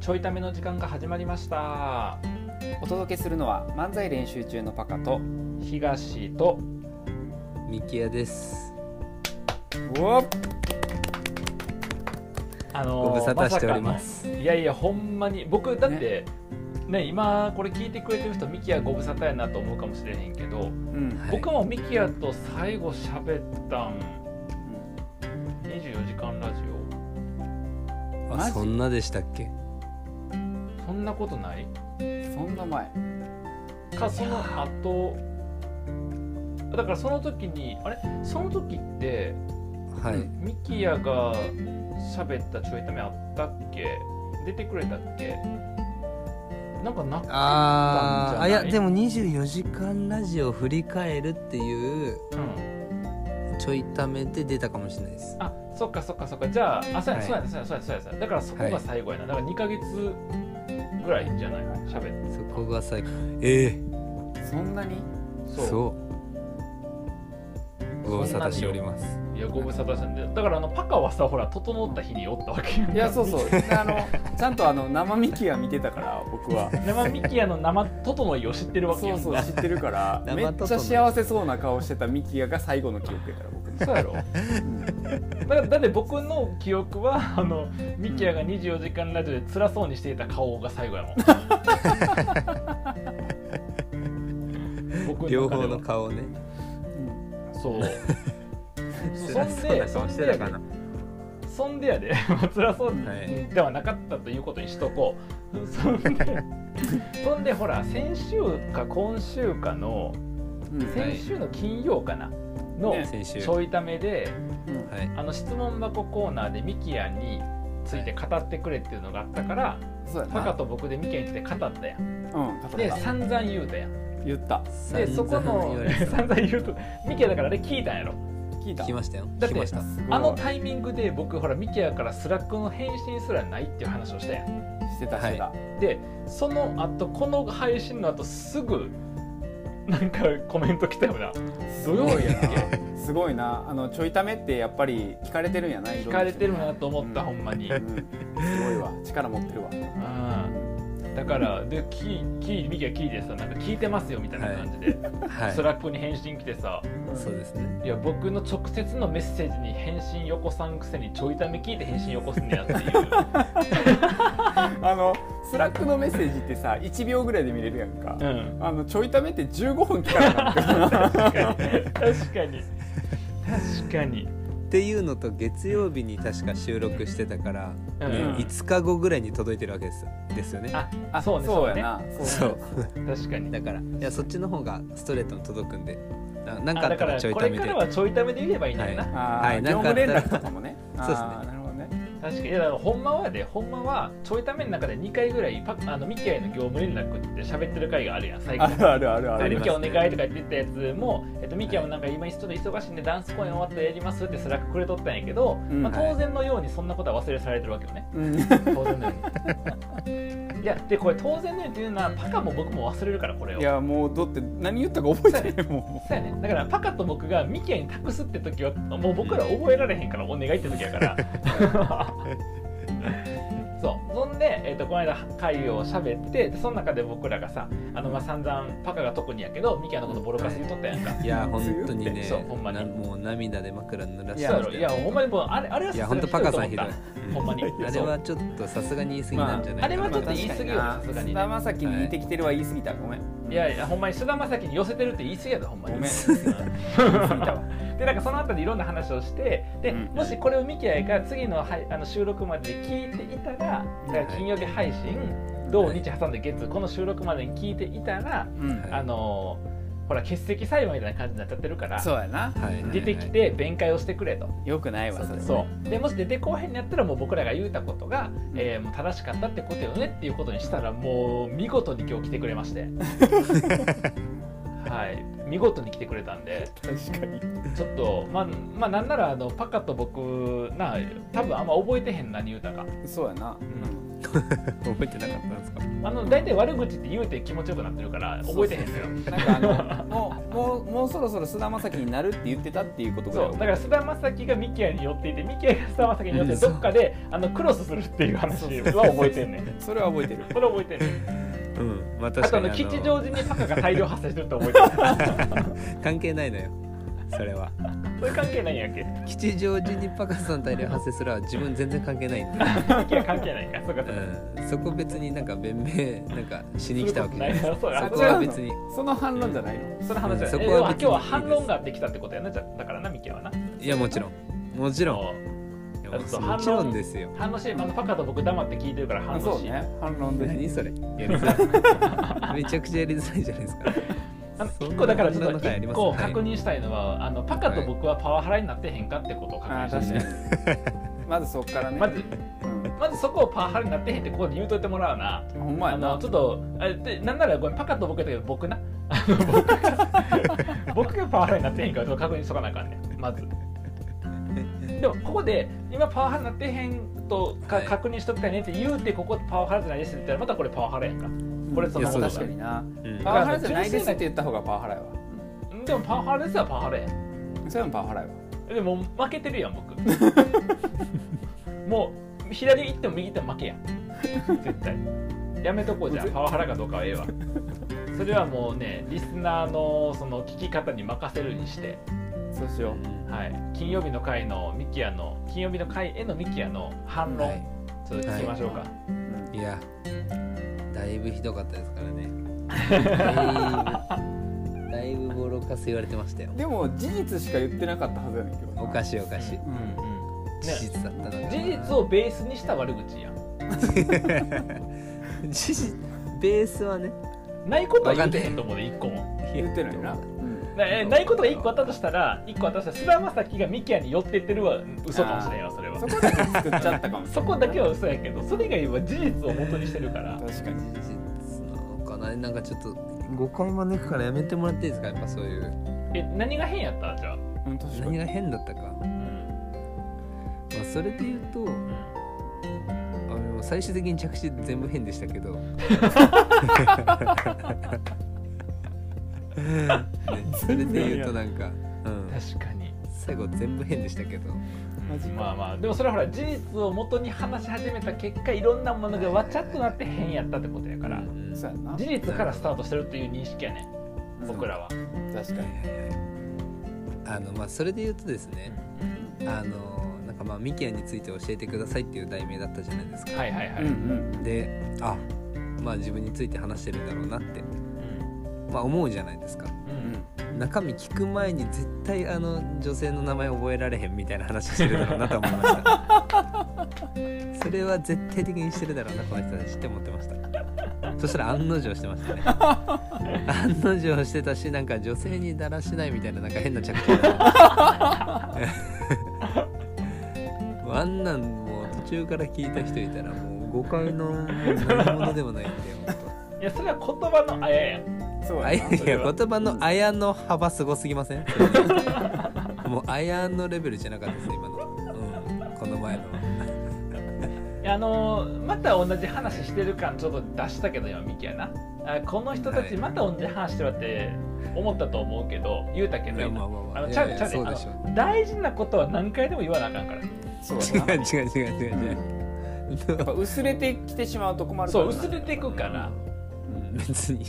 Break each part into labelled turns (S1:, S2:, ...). S1: ちょいための時間が始まりました
S2: お届けするのは漫才練習中のパカと
S1: 東と
S3: ミキヤです。
S1: あ
S3: ご
S1: の
S3: 無
S1: ー
S3: 沙汰しており
S1: さ
S3: ま
S1: か
S3: す。
S1: のいやいやほんまに僕だってね今これ聞いてくれてる人ミキヤご無沙汰やなと思うかもしれへんけど、
S2: うん
S3: はい
S1: 僕もミキヤと最後喋ったん24時間ラジ
S3: あ
S2: マジ
S3: そんなでしたっけ？
S1: オそんなことない
S2: そんな前
S1: かその後だからその時にあれその時って
S3: はい。
S1: ミキヤが喋ったちょいためあったっけ出てくれたっけなんかなかったんじゃない
S3: あーあいやでも24時間ラジオ振り返るっていう
S1: うん、
S3: ちょいためで出たかもしれないです。
S1: あそっかそっかそっかじゃああそうや、
S3: はい
S1: そうやそうやそうやそうやそうやだからそこが最後やな、だから2ヶ月ぐらいじゃない喋って
S3: そこが最後。ええ
S2: そんなに
S1: そう
S3: そう。ご無沙汰しております。
S1: いやご無沙汰したんでだからあのパカはさほら整った日におったわけやん
S2: いやそう そうあのちゃんとあの生ミキは見てたから僕 は
S1: 生ミキヤの生整いを知ってるわけ
S2: そ
S1: やん
S2: うそう知ってるからめ
S3: 生
S2: っ
S3: と
S2: ちゃ幸せそうな顔してたミキヤが最後の記憶やから僕の
S1: そうやろだからだって僕の記憶はあのミキヤが24時間ラジオで辛そうにしていた顔が最後や もん僕
S3: 両
S1: 中
S3: 方
S1: では
S3: の顔ね。
S1: そうそ
S3: 辛
S1: ん
S3: そうな
S1: で
S3: 顔してたかな
S1: そんでやで まあ辛そう
S3: はい
S1: ではなかったということにしとこうそんでそんで ほら先週か今週かの
S2: うんうん
S1: 先週の金曜かなの
S2: ね
S3: 先週。
S1: ち
S3: は
S1: ょいためで、
S2: うん
S3: い。
S1: あの質問箱コーナーでミキヤについて語ってくれっていうのがあったから、
S2: そうや
S1: パカ
S2: な
S1: と僕でミキヤについて語ったやん
S2: うん語った
S1: で散々言うたやん
S2: 言った
S1: でそこの 散々言うとミキヤだからあれ聞いたんやろ
S2: 聞いた
S3: 聞きましたよ。
S1: だっ
S3: 聞
S1: て
S3: きました。
S2: すごい
S1: あのタイミングで僕ほらミキヤからスラックの返信すらないっていう話をしたやん
S2: してたしてた、
S1: でその後この配信の後すぐなんかコメント来たよな
S2: す
S1: 土曜
S2: ごい
S1: 日やっけ
S2: なすごいなあのちょいためってやっぱり聞かれてるんやない
S1: 聞かれてるなと思った、
S2: うん
S1: ほんまに、う
S2: うんすごいわ力持ってるわ
S1: ん、だからでキーキーミキヤ聞いてさなんか聞いてますよみたいな感じで、
S3: はい
S1: ス。ラックに返信来てさ
S3: そうですね。
S1: いや僕の直接のメッセージに返信よこさんくせにちょいため聞いて返信よこすんねやっていう
S2: あのスラックのメッセージってさ1秒ぐらいで見れるやんか、
S1: うん
S2: あのちょいためって15分聞かなかったから
S1: 確かに確かに確かに
S3: っていうのと月曜日に確か収録してたから、
S1: うん
S3: ね5日後ぐらいに届いてるわけですですよね。
S1: ああそうね
S2: そうやな
S3: そ
S2: そうう
S1: 確かに
S3: だからいやそっちの方がストレートに届くんでななんか
S1: あだ
S3: あった
S1: から
S3: らちょい
S1: こ
S3: た
S1: れ
S3: め
S1: か
S3: で
S1: らはちょいためで言えばいいんだよな、
S3: は
S2: あー
S3: はい
S2: 業
S3: なんかあ
S2: 務
S3: ったら
S2: 連絡とかもね
S3: そうですね
S2: あーなるほどね
S1: 確かにいやだからほんまはでほんまはちょいための中で2回ぐらいパあのミキアイの業務連絡って喋ってる回があるやん最
S2: あ
S1: 近
S2: るあるあるあ
S3: あ
S2: る
S3: り
S1: ミ
S3: ま
S1: キ
S3: す
S1: アお
S3: ね
S1: 願いとか言ってたやつも、えっと、ミキアもなんか今ちょっと忙しいんでダンス公演終わったらやりますってスラックくれとったんやけど、
S2: うん
S1: まあ、
S3: はい
S1: 当然のようにそんなことは忘れされてるわけよね、
S2: うん
S1: 当然のように いやでこれ当然のようにっていうのはパカも僕も忘れるからこれを
S2: いやもうだって何言ったか覚えてないも
S1: そうやねだからパカと僕がミキアに託すって時はもう僕ら覚えられへんからお願いって時やからそうそんで、えー、とこの間会を喋ってでその中で僕らがさあのまあ散々パカが特にやけどミキアのことボロカス言っとったやんか、
S3: いや本当にね
S1: そうほんまに
S3: なもう涙で枕濡ら
S1: い
S3: して
S1: や
S3: ま
S1: そう
S3: し
S1: やろ
S3: た
S1: いや
S3: よ
S1: ほんまにもうあれあれはい
S3: や本当パカさんひどい
S1: と思ったほんまに
S3: うんあれはちょっとさすがに言い過ぎなんじゃな
S1: ま
S3: いかな
S1: ああれはちょっ
S2: ん
S1: と言い過ぎよさすがにね
S2: 菅田将暉に似てきてるは言い過ぎたごめん
S1: いやいやほんまに菅田将暉に寄せてるって言い過ぎやでほんまに
S2: ごめん
S1: 過ぎたわでなんかその後でいろんな話をしてで、
S2: うん
S1: もしこれをミキアイが次のはいあの収録までで聞いていたらだから金曜日配信土日挟んで月この収録までに聞いていたら
S2: うん
S3: はい
S1: あのーほら欠席裁判みたいな感じになっちゃってるから
S2: そうやな
S3: はい
S1: 出てきて弁解をしてくれと。
S2: よくないわそれ
S1: そうでもし出てこうへんになったらもう僕らが言うたことが、えーもう正しかったってことよねっていうことにしたらもう見事に今日来てくれまして はい見事に来てくれたんで
S2: 確かに
S1: ちょっとまあ、まあ、なんならあのパカと僕な多分あんま覚えてへん何言うたか
S2: そうやな、うん覚えてなかったんですか
S1: あの大体悪口って言うて気持ちよくなってるから覚えてへんのよ
S2: なんかあのもうもうもうそろそろ菅田将暉になるって言ってたっていうことぐ
S1: そ
S2: ら
S1: う
S2: い
S1: だから菅田将暉がミキヤに寄っていてミキヤが菅田将暉に寄って
S3: うんそう
S1: どっかであのクロスするっていう話
S2: そう
S1: は覚えてんねん
S2: それは覚えてる
S1: それ覚えてんねん
S3: うんまあ
S1: あと
S3: 確か
S1: あ
S3: に
S1: の
S3: あ
S1: 吉
S3: の
S1: 祥寺にパカが大量発生してると覚えてる
S3: 関係ないのよそれは
S1: それ関係ないんやっけ
S3: 吉祥寺にパカさん大量発生すら自分全然関係ないんで、
S1: ミキヤ関係ないからそうかそうか
S3: うん、そこ別になんか弁明なんかしに来たわけじゃない
S1: することない
S3: そ
S1: な
S3: こ
S1: そうや
S3: は別に
S2: その反論じゃないの
S1: その話だ
S3: そ
S1: ね
S3: こ
S1: え要
S3: は
S1: は
S3: 別
S1: 今日
S3: に
S1: は反論ができたってことやなじゃだからなミキヤはない
S3: やもちろんもちろんいや
S1: だって
S3: もちろんですよ
S1: 反応してあのパカと僕黙って聞いてるから反
S2: そ
S1: 応
S2: う
S1: し
S2: ね反論で
S3: 何
S2: ね
S3: それやりづらいめちゃくちゃやりづらいじゃないですか
S1: あの
S3: そん
S1: 一
S3: な
S1: 個だからちょ
S3: そん
S1: っ
S3: な
S1: と
S3: 中やり
S1: 一
S3: ます
S1: 個確認したいのは、あのパカと僕はパワハラになってへんかってことを確
S2: あ
S1: 認
S2: ー
S1: したい、
S2: 確かにまずそっからね
S1: まず
S2: うん
S1: まずそこをパワハラになってへんってここで言うといてもらうな。
S2: ほんま
S1: あ
S2: や
S1: の
S2: な
S1: ちょっとあでなんならごめんパカと僕やったけど僕な あの僕が僕がパワハラになってへんかちょっと確認しとかなあかんねんまず。でもここで今パワハラになってへんとか
S3: はい
S1: 確認しときたいねって言うてここパワハラじゃないですって言ったらまたこれパワハラやんか。これそ
S2: い
S1: の方
S2: やそう
S1: が
S2: 確かにな
S3: うん
S2: パワハラじゃないですって言った方がパワハラやわ
S1: でもパワハラですらパワハラやん。
S2: それもパワハラやわ
S1: でも負けてるやん僕もう左行っても右行っても負けやん絶対やめとこうじゃんパワハラかどうかはええわそれはもうねリスナーのその聞き方に任せるにして、
S2: そうしよう
S1: はい、金曜日の回のミキヤの金曜日の回へのミキヤの反論、
S3: はい
S1: ちょっと聞きましょうか、
S2: うん
S3: いやだいぶひどかったですから ねだいぶだいぶボロカス言われてましたよ
S2: でも事実しか言ってなかったはずやねんけどな
S3: おかしいおかしい
S2: うん
S3: 事実だったのかな
S1: 事実をベースにした悪口やん
S3: 事実ベースはね
S1: ないことは言ってへんと思うで1個も
S2: 言ってないよな
S3: どう
S1: なえないことが1個あったとしたら1個あったとしたら菅田将暉がミキヤに寄ってってるは嘘かもしれんよそれは
S2: そこだけ作っちゃったかもしれない
S1: そこだけは嘘やけどそれ以外は事実を元にしてるから
S2: 確かに
S3: 事実なのかななんかちょっと誤解招くからやめてもらっていいですかやっぱそういう
S1: え何が変やったじゃあ、
S2: うん確か
S3: 何
S2: に
S3: が変だったか、ま
S1: うん
S3: あ、それで言うとあの最終的に着地全部変でしたけどねそれで言うとなんか、うん、
S1: 確かに、
S3: 最後全部変でしたけど
S2: マジか
S1: まあまあでもそれはほら事実を元に話し始めた結果いろんなものがわちゃっとなって変やったってことやから
S3: うん
S2: そうやな
S1: 事実からスタートしてるっていう認識やね僕らは、
S2: 確かに
S3: あのまあそれで言うとですねあのなんかまあミキヤについて教えてくださいっていう題名だったじゃないですか、
S1: はいはいはい、
S2: うんうん
S3: であまあ自分について話してるんだろうなって、
S1: うん
S3: まあ、思うじゃないですか
S1: うん
S3: 中身聞く前に絶対あの女性の名前覚えられへんみたいな話してるだろうなと思いましたそれは絶対的にしてるだろうなこの人たちって思ってましたそしたら案の定してましたね案の定してたしなんか女性にだらしないみたいななんか変な着地だなもうあんなんもう途中から聞いた人いたらもう誤解のもう何者でもないんだよ本当
S1: いやそれは言葉のあややん
S2: そう
S3: あい
S2: や
S3: や
S2: ない
S3: や言葉のあやの幅すごすぎませ んもうあやのレベルじゃなかったです今の、うん、この前の
S1: いやあのーまた同じ話してる感ちょっと出したけど今ミキやなあこの人た
S3: はい
S1: ちまた同じ話してるわって思ったと思うけど言うたけど
S3: いや
S1: 今
S3: まあまあまあ
S1: あの
S3: い
S1: ちゃ
S3: や
S1: う
S3: いや
S1: ちゃうで
S3: そう
S1: あ
S3: でしょ
S1: の大事なことは何回でも言わなあかんから
S2: そう
S3: 違
S2: や な
S3: う違う違う違う違う、
S2: やっぱ薄れてきてしまうと困るか
S1: そ
S2: ら
S1: う
S2: な
S1: 薄れていく から
S3: うん別に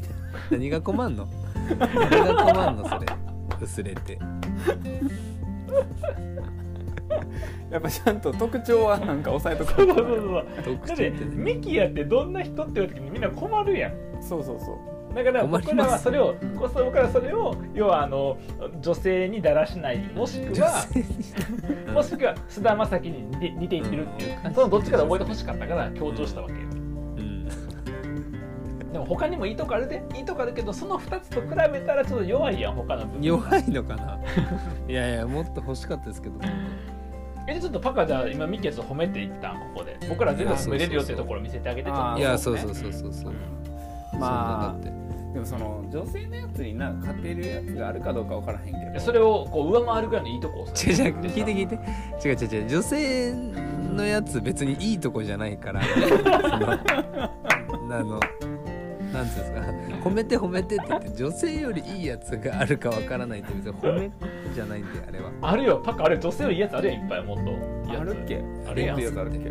S3: 何が困んの何が困んのそれ薄れて
S2: やっぱちゃんと特徴はなんか抑えとか
S1: そうそうそう
S3: 特
S1: だ
S3: 徴
S1: っ
S3: ってて、
S1: ミキやってどんな人って言われた時にみんな困るやん
S2: そうそうそう
S1: だから
S3: 困ります
S1: 僕らはそれをこそ僕らはそれを要はあの女性にだらしないもしく
S3: 女
S1: は
S3: 性にうん
S1: もしくは菅田将暉に似て似ていってるっていう、
S3: うん
S1: そのどっちかで覚えてほしかったから強調したわけよ、
S3: うん
S1: でも他にもいいとこあるでいいとこあるけどその2つと比べたらちょっと弱いやん他の分
S3: 弱いのかないやいやもっと欲しかったですけど
S1: えじゃあちょっとパカじゃあ今ミッキーちょっと褒めていったんここで僕ら全部褒めれるよってところ見せてあげてちょっと
S2: あ
S3: いや
S2: そ
S3: そうう
S2: ね
S3: そうそうそうそう
S2: まあ
S3: そんなだっ
S2: でもその女性のやつにな勝てるやつがあるかどうかわからへん
S1: い
S2: け
S1: や
S2: ど
S1: それをこう上回るぐらいのいいとこをさ
S3: て違う違う聞いて聞いて違う違う違う女性のやつ別にいいとこじゃな いからそのあのなんていうんですか褒めて褒めてって言って女性よりいいやつがあるかわからないって別に褒めじゃないんであれは
S1: あるよパカあれ女性よりいいやつあるやんいっぱいもっといいやつ
S2: あるっけ
S1: あるやん
S2: もっといいやつあるっけ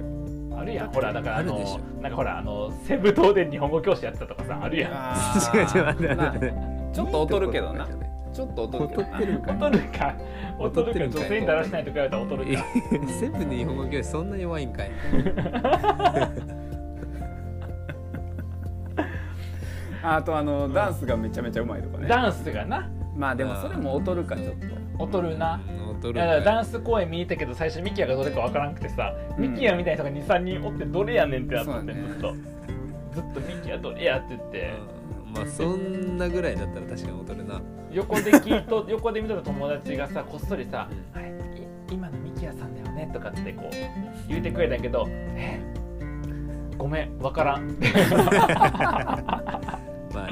S1: あるやんほらだからあ
S3: あるでし
S1: のなんかほらあの西武東電日本語教師やってたとかさあるやん
S2: あ
S3: 違う
S2: ー
S3: 違う待って
S2: まあ
S3: 待って待って
S2: ちょっと劣るけどなちょっと劣るけどな
S3: 劣るか
S1: 劣るか劣
S3: 劣ってる
S1: る
S3: ん
S1: か
S3: かい
S1: 女性にだらしないとか言われたら劣るか
S3: セブンに日本語教師そんな弱いんかい
S2: あとあのダンスがめちゃめちゃうまいとかね
S1: ダンスがな
S2: まあでもそれも劣るかちょっと
S1: 劣るな
S3: うん劣
S1: い
S3: る
S1: やだから
S3: んか
S1: ダ
S3: い
S1: ンス公演見に行ったけど最初ミキヤがどれかわからんくてさ、
S2: うん
S1: ミキヤみたいな人が23人おってどれやねんってなってて、
S2: そうだね
S1: ずっとずっとミキヤどれやって言って、
S3: うんまあそんなぐらいだったら確かに劣るな
S1: 横で聞いと 横で見とる友達がさこっそりさ「あれい今のミキヤさんだよね」とかってこう言うてくれたけど「えごめんわからん」で
S3: まあ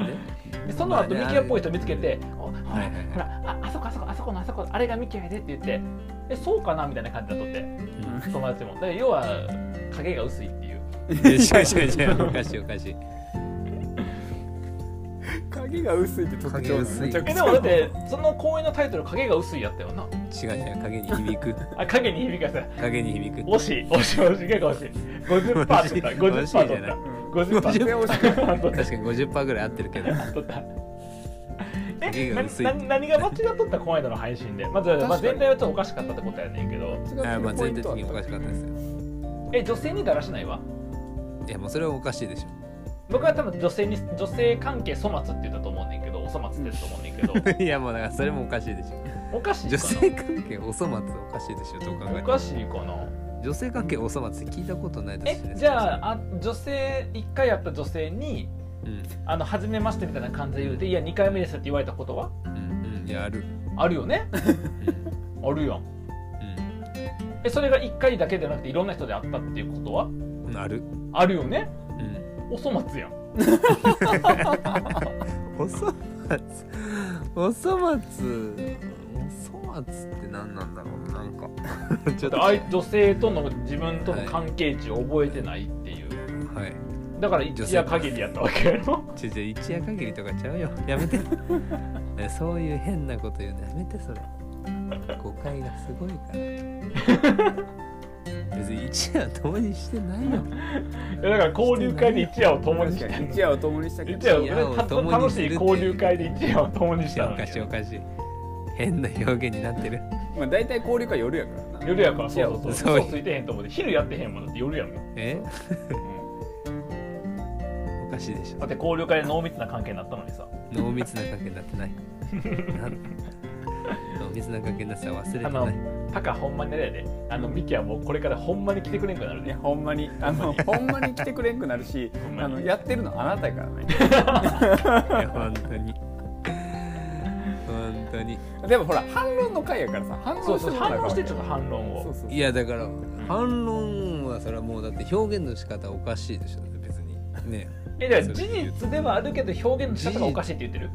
S3: ね
S1: その後ミ
S3: まあね
S1: キヤっぽい人見つけて「おほら
S3: はいはいはい
S1: ほらああそこあそこあそこのあそこあれがミキヤやで」って言って「えそうかな?」みたいな感じだとって友達もだから要は影が薄いっていう。
S3: いや違う違う違うおかしいおかしい
S2: 影が薄いって特徴なのめちゃくち
S1: え
S2: ゃ
S1: でもだってその公演のタイトル「影が薄い」やったよな
S3: 違う違う影に響く
S1: あ影に響かせ
S3: 影に響く
S1: 惜しい惜しい惜しい結構惜しい50%パー取った
S3: 惜しい
S1: 50%取
S3: 惜しいじゃ
S1: っ
S3: な
S1: た
S3: い
S1: 50%パー
S2: 全然惜しくない
S1: 取っ
S3: 確かに50%ぐらい合ってるけど
S1: た取ったえ
S3: 影が
S1: な
S3: 薄い
S1: な何が間違っとった公演の配信でまず、
S2: 確
S1: ま
S2: か
S1: あ、
S2: に
S1: 全体はちょっとおかしかったってことやねんけど
S3: あまあ全体的にお
S2: 違
S3: かしかったですよ
S1: え女性にだらしないわ
S3: いやもうそれはおかしいでしょ
S1: 僕は多分女性に女性関係粗末って言ったと思うねんけどお粗末って言ったと思うねんけど
S3: いやもうだからそれもおかしいでしょ
S1: おかしい
S3: 女
S1: か
S3: 性関係お粗末おかしいでしょどう考
S1: な
S3: え
S1: お
S3: ても
S1: かしいかな
S3: 女性関係お粗末って聞いたことないです
S1: え
S3: し
S1: じゃああ女性1回やった女性に
S3: うん
S1: あの初めましてみたいな感じで言うて「いや2回目です」って言われたことは
S3: うんうんいやある
S1: あるよね
S3: うん
S1: あるやんえそれが1回だけじゃなくていろんな人であったっていうことは
S3: うんうんある
S1: あるよね
S3: うん
S1: お粗末やん
S3: お粗末お粗末お粗末って何なんだろうなんか ちょっと
S1: だい女性との自分との関係値を覚えてないっていう
S3: はい
S1: だから一夜限りやったわけやろ
S3: ちょちょ一夜限りとかちゃうよやめてねそういう変なこと言うのやめてそれ誤解がすごい から別に一夜共にしてないよ
S1: いやだから交流会で一夜を共にしてんの
S2: 一夜を共にしたけ
S1: 一
S2: ど
S1: 夜
S3: 一夜
S1: を
S3: を
S1: た
S3: 共に
S1: 楽
S3: す
S1: し
S3: るっ
S1: い
S3: ていう
S1: 交流会で一夜を共にし
S3: いや
S1: た
S3: お
S1: の
S3: かしいお
S1: よ
S3: かしい変な表現になってる
S2: まあ大体交流会夜やから な
S1: 夜やからそうそう
S3: そ
S1: そう
S3: う
S1: 嘘ついてへんと思うで昼やってへんもんだって夜やも ん
S3: えおかしいでし
S1: だっ
S3: ょ
S1: て交流会で濃密な関係になったのにさ
S3: 濃密な関係になってないな濃密な関係になってたら忘れて
S1: あ
S3: な
S1: の
S3: い、
S1: タカほんまにあれやで、あの、ミキはもうこれからほんまに来てくれんくなる
S2: い
S1: ね
S2: や。ほんまにあのほんまに来てくれんくなる し
S1: ほんまに
S2: あのやってるのあなたやからね
S3: いや本当に本当に
S2: でもほら反論の回やからさ反
S1: そ
S2: 論
S1: う
S2: し
S1: そう、
S2: てもら
S1: 反
S2: う
S1: 論して
S2: から
S1: ちょっと反論
S2: そう
S1: を。
S2: そう
S3: いやだから反論はそれはもうだって表現の仕方おかしいでしょ別にね
S1: え、じゃ事実ではあるけど、表現の仕方がおかしいって言ってる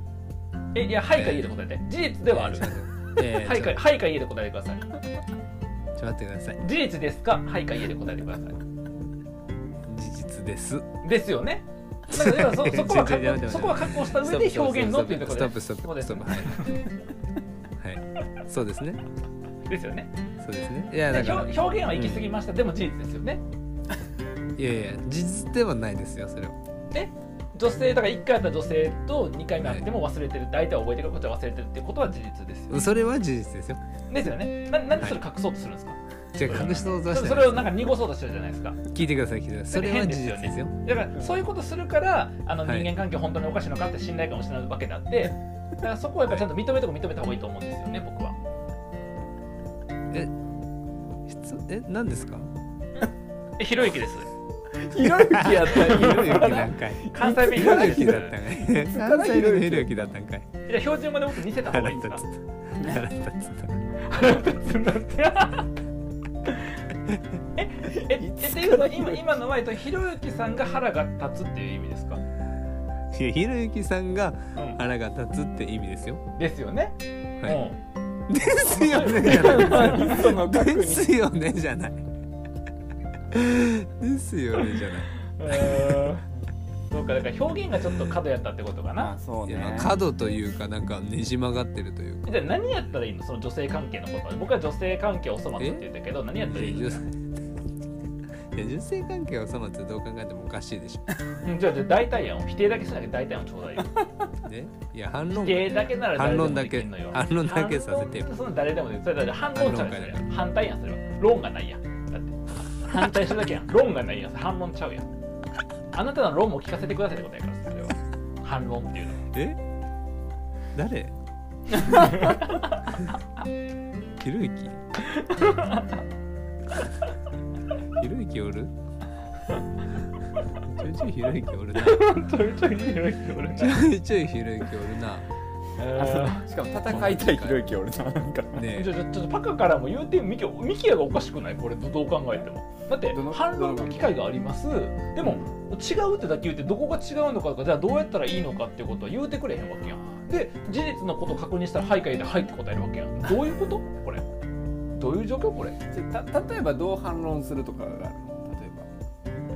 S1: え、いや、はいかいいで答えて。事実 ではある
S3: ちょ。っとえ
S1: はいか、
S3: ちょ
S1: はいかいいで答えてください。
S3: っと待ってください
S1: 事実ですかはいかいいで答えてください。
S3: 事実です
S1: ですよね。だから要はそそこは
S3: ちょちょちょ
S1: 確
S3: ち
S1: 保
S3: ょ
S1: そこは確保した上で表現のっていうとこ
S3: ス
S1: ろ
S3: ト
S1: で
S3: ップスト
S1: そ
S3: ップス
S1: う
S3: トップ
S1: で
S3: ス
S1: す
S3: トップはい、はい、そうですね
S1: ですよね
S3: そうですねいやだ
S1: で
S3: から
S1: 表表現は行き過ぎました、でも事実ですよね
S3: いやいや事実ではないですよそれは
S1: 女性だから1回あった女性と2回目あっても忘れてる大体覚えてることは忘れてるってことは事実ですよ
S3: それは事実ですよ
S1: ですよね。ななんでそれ隠そうとするんですか、
S3: じゃあ隠し通
S1: そ
S3: させ
S1: れ
S3: て
S1: それをなんか濁そうとしてるじゃないですか。
S3: 聞いてください聞いてくださいそれは事実ですよ
S1: だからそういうことするからあの人
S3: はい
S1: 間関係本当におかしいのかって信頼感を失うわけであって、だからそこはやっぱりちゃんと認めとこ認めた方がいいと思うんですよね、僕は。
S3: 普通え何ですか
S1: え、ひろゆきです。
S2: ひろゆきやったらひろゆき
S3: な
S2: だ
S3: んかい
S1: 関西弁
S3: ひ
S1: ひろ
S3: ろゆ
S1: ゆき
S3: き
S1: で
S3: だ
S1: す
S3: ったん。かい関西弁のひろゆきだったんかい
S1: じゃあ標準語で僕見せた方が
S3: 腹
S1: いいん
S3: 立
S1: です
S3: つ
S1: か
S3: 腹立
S1: 腹
S3: つ
S1: 立つんだって。え、え、えっていうのは今今の前とひろゆきさんが腹が立つっていう意味ですか、
S3: いやひろゆきさんが
S1: う
S3: 腹が立つって意味ですよ
S1: ん、ですよね。
S3: はい、
S1: うん
S3: ですよねじゃない
S2: その額に
S3: ですよねじゃないですよねじゃない
S1: うんそうかだから表現がちょっと角やったってことか
S2: あ
S1: な
S2: そう
S3: いやま
S2: ね
S3: あ角というかなんかねじ曲がってるというか
S1: じゃあ何やったらいいのその女性関係のことは僕は女性関係を粗末って言ったけど何やったらいい
S3: いや
S1: の
S3: 女性関係をそのってどう考えてもおかしいでし
S1: うんじゃあじゃあ代替案を否定だけしなきゃ代替案をちょうだいよ
S3: ょねいや反論
S1: 否定だけなら誰
S3: 反
S1: でも
S3: 論だ
S1: でき
S3: け
S1: るのよ
S3: 反論だけさせて
S1: 反論その誰でもできるそれだって反論ちゃうやん
S3: 反論
S1: そ
S3: 会だか
S1: れ反対やんそれは論がないやんだって反対するだけ やん論がないやんそれ反論ちゃうやんあなたの論も聞かせてくださいってことやからそれは反論っていうのは
S3: え誰ひろゆきひろゆきおるちょいちょいひろゆきおるな
S1: ちょいちょいひろゆきおる
S3: ちょいちょいひろゆきおるな
S2: あそうしかも戦いたいひろゆき俺ななんか
S3: ね
S1: ちょちょちょパカからも言うてみミキミキヤがおかしくないこれどどう考えてもだって
S2: どの
S1: 反論の機会がありますでも違うってだけ言ってどこが違うのかとかじゃあどうやったらいいのかってことは言うてくれへんわけやんで事実のことを確認したら「はい」かいで「はい」って答えるわけやんどういうことこれどういう状況これ
S2: じゃた例えばどう反論するとかがあるの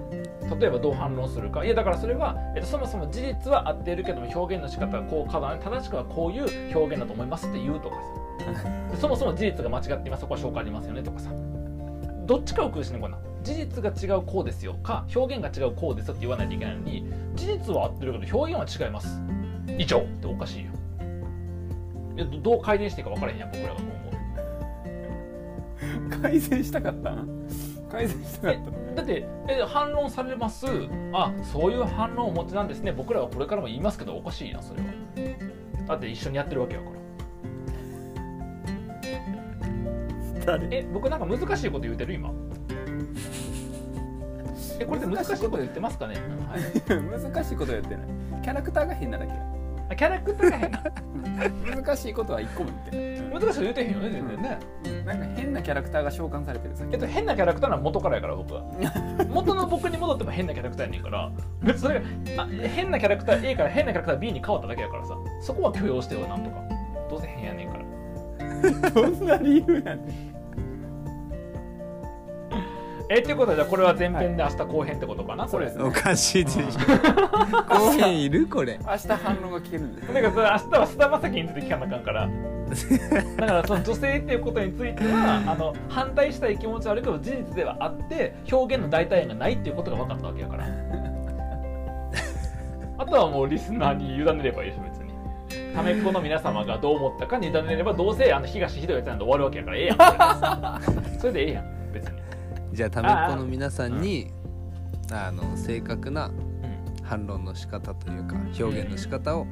S2: 例えば
S1: 例えばどう反論するかいやだからそれは、えっと、そもそも事実は合っているけども表現の仕方はこうかだね正しくはこういう表現だと思いますって言うとかさでそもそも事実が間違っていますそこは証拠ありますよねとかさどっちかを苦しんでこんな事実が違うこうですよか表現が違うこうですよって言わないといけないのに事実は合ってるけど表現は違います以上っておかしいよいやどどう改善していいか分からへんやん僕らが今後
S2: 改善したかったん改善したかったの
S1: だってえ反論されますあそういう反論をお持ちなんですね僕らはこれからも言いますけどおかしいなそれはだって一緒にやってるわけやから
S2: 誰
S1: え僕なんか難しいこと言うてる今えこれで難しいこと言ってますかね、はい
S2: 難しいことやってないキャラクターが変なだけ
S1: あ、キャラクターが変な
S2: 難しいことは一個も言って
S1: 難しいこと言うてへんよね全然ね、
S2: ないなんか変なキャラクターが召喚されてるさ
S1: えっと、変なキャラクターなら元からやから僕は 元の僕に戻っても変なキャラクターやねんから別にそれあ変なキャラクター A から変なキャラクター B に変わっただけやからさそこは許容してよなんとかどうせ変やねんから
S2: どんな理由やねん
S1: えっていうことはじゃあこれは前編で明日後編ってことかな、これ
S2: そう
S3: おかしいでしょ後編いるこれ
S2: 明日反論が聞け るんで
S1: だからそれ明日は菅田将暉について聞かなあかんからだからその女性っていうことについてはあの反対したい気持ちはあるけど事実ではあって表現の代替案がないっていうことが分かったわけやからあとはもうリスナーに委ねればいいでしょ別にためっ子の皆様がどう思ったかに委ねればどうせあの東ひどいやつなんで終わるわけやからええやんそれでそれでええやん別に、
S3: じゃあためっ子の皆さんにあの正確な
S1: うん
S3: 反論の仕方というか表現の仕方を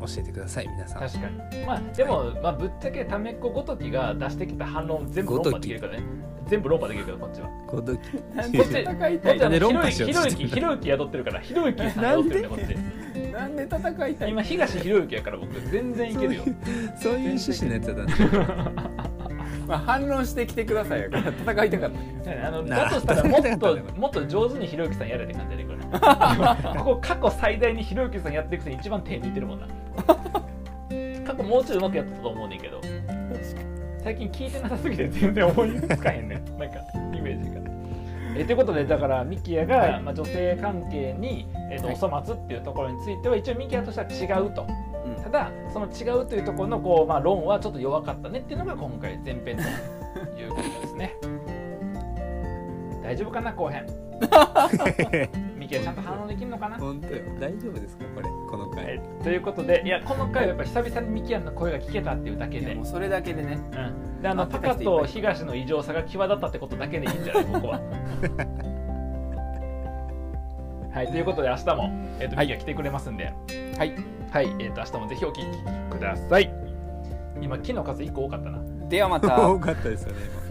S3: 教えてください皆さん
S1: 確かにまあでも、まあ、ぶっちゃけためっ子ごときが出してきた反論全部論破できるからね全部論破できるからこっちは
S3: ごどき
S2: なん
S1: こ
S2: で
S1: っち
S2: 戦い
S1: こ
S2: た
S1: っちは
S2: いう
S1: ね
S3: で
S1: ひ
S3: 論
S1: ろ
S3: 破
S1: ゆ
S3: しよ
S1: きひ
S3: うと
S1: ろ
S3: し
S1: ゆ
S3: て
S1: き
S3: る
S1: ひろゆき雇ってるからひろゆきさん
S3: な
S1: 雇っ
S3: ん
S1: てる
S3: で
S1: ねこっち
S2: なんで戦いたい
S1: 今東ひろゆきやから僕全然いけるよ
S3: そういう趣旨のやつだね
S2: まあ反論してきてくださ いよ戦いたかった
S1: あの
S3: な
S1: だとしたらもっ
S3: な
S1: と
S3: るほど
S1: もっと上手にひろゆきさんやれって感じでこれここ過去最大にひろゆきさんやっていくせに一番手抜いてるもんな過去もうちょいうまくやってたと思うねんけど最近聞いてなさすぎて全然思いつかへんねんなんかイメージが。えということでだからミキヤが、
S2: はい
S1: まあ、女性関係に、えっと
S2: はい
S1: お粗末っていうところについては一応ミキヤとしては違うと
S2: うん
S1: ただその違うというところのこう、まあ、論はちょっと弱かったねっていうのが今回前編ということですね大丈夫かな後編ミキはちゃんと反応できるのかな
S3: 本当よ大丈夫ですかこれこの
S1: は
S3: 回
S1: いということでいやこの回はやっぱ久々にミキヤンの声が聞けたっていうだけ
S2: いや
S1: で
S2: もうそれだけでね
S1: うん、であの
S2: あ、
S1: パカと東の異常さが際立ったってことだけでいいんじゃないここははいということで明日も、えー、とミキが来てくれますんではいはいえー、と明日もぜひお聞きください今木の数1個多かったな
S2: ではまた
S3: 多かったですよね今